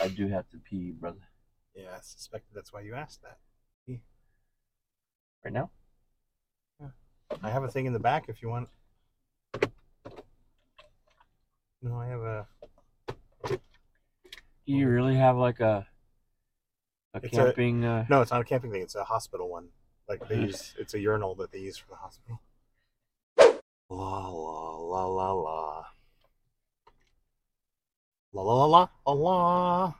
I do have to pee, brother. Yeah, I suspected that's why you asked that. Right now? I have a thing in the back if you want. No, I have a. Do you really have like a a It's a- camping? uh, No, it's not a camping thing. It's a hospital one. Like they use, it's a urinal that they use for the hospital. La la la la la. La la la la la la.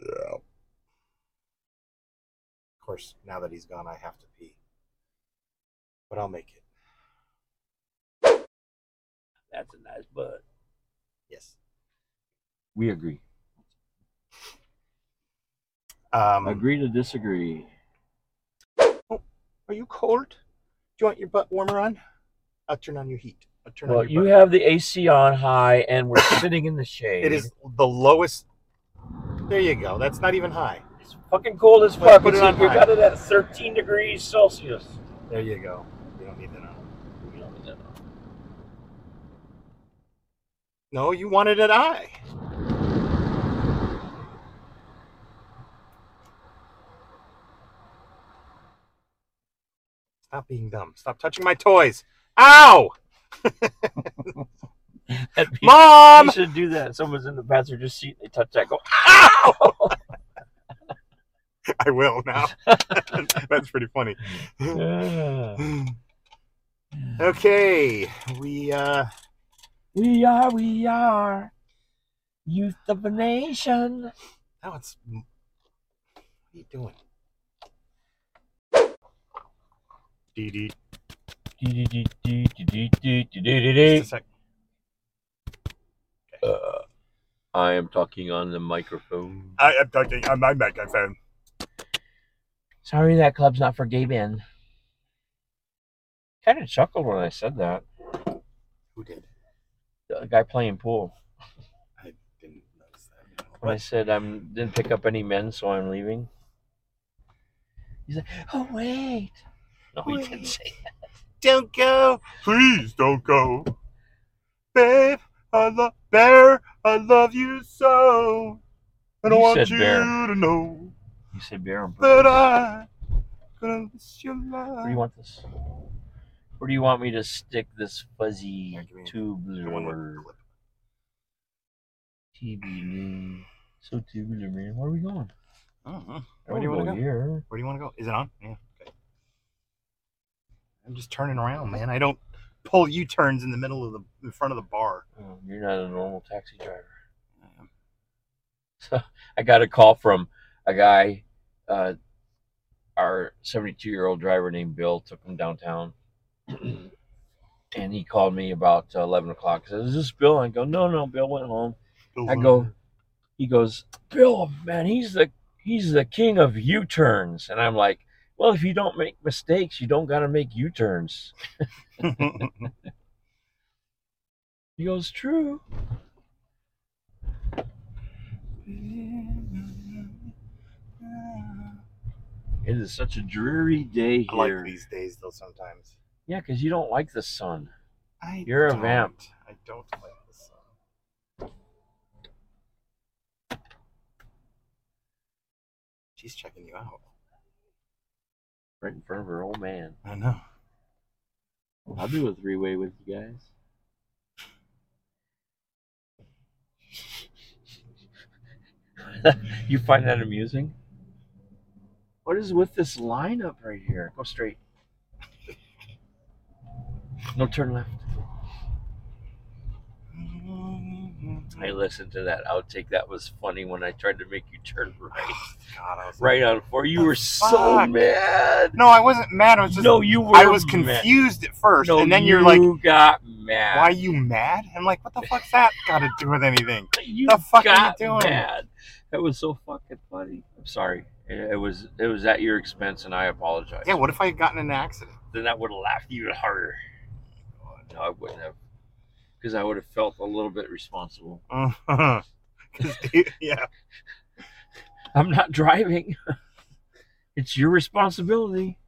Yeah. Of course, now that he's gone, I have to pee. But I'll make it. That's a nice butt. Yes. We agree. Um, Agree to disagree. Are you cold? Do you want your butt warmer on? I'll turn on your heat. I'll turn Well, on your you butt. have the AC on high, and we're sitting in the shade. It is the lowest. There you go. That's not even high. It's fucking cold as Well, fuck. put It's- it on We've high. got it at 13 degrees Celsius. There you go. You don't need that on. You know, you know. No, you wanted it high. Stop being dumb. Stop touching my toys. Ow! That'd be- Mom! You should do that. Someone's in the passenger seat. They touch that. Go. Ow! I will now. That's pretty funny. "Ah." Okay, we uh we are. We are. Youth of a nation. now it's what are you doing? Dee dee. Just a sec. Uh, I am talking on the microphone. I am talking on my microphone. Sorry, that club's not for gay men. Kind of chuckled when I said that. Who did? The guy playing pool. I didn't notice that. When I said I am didn't pick up any men, so I'm leaving. He's like, "Oh wait." No, he didn't Wait. say. Don't go. Please don't go. Babe, I love bear, I love you so. And I You want said you bear. to know You said bear on that purpose. I gonna miss your love. Where do you want this? Where do you want me to stick this fuzzy Here, give me tubular? The one with clip. Tubular. So tubular, man. Where are we going? Mm-hmm. Where do you Don't wanna go go? Here. Where do you want to go? Is it on? Yeah. Okay. I'm just turning around, man. I don't pull U-turns in the middle of the in front of the bar. Oh, you're not a normal taxi driver. I got a call from a guy, uh, our 72 year old driver named Bill took him downtown. and he called me about uh, 11 o'clock. Says, Is this Bill? I go, No, no, Bill went home. I go, He goes, Bill, man, he's the he's the king of U turns. And I'm like, Well, if you don't make mistakes, you don't got to make U turns. He goes, True. It is such a dreary day I here. like these days though. Sometimes Yeah, because you don't like the sun. I You're a don't. vamp. I don't like the sun. She's checking you out. Right in front of her old man. I know. I'll do a three way with you guys. you find that amusing? What is with this lineup right here? Go straight. No turn left. I listened to that outtake. That was funny when I tried to make you turn right. God, I was Right on four. You were so Fuck. mad. No, I wasn't mad. I was just. no, you were. I was mad. confused at first, No, and then you're like, you got mad. "Why you mad?" I'm like, "What the fuck's that got to do with anything?" you The fuck are you got doing? mad. That was so fucking funny. I'm sorry. It it was it was at your expense, and I apologize. Yeah, what if I had gotten in an accident? Then I would have laughed even harder. No, I wouldn't have, because I would have felt a little bit responsible. 'Cause, yeah, I'm not driving. it's your responsibility.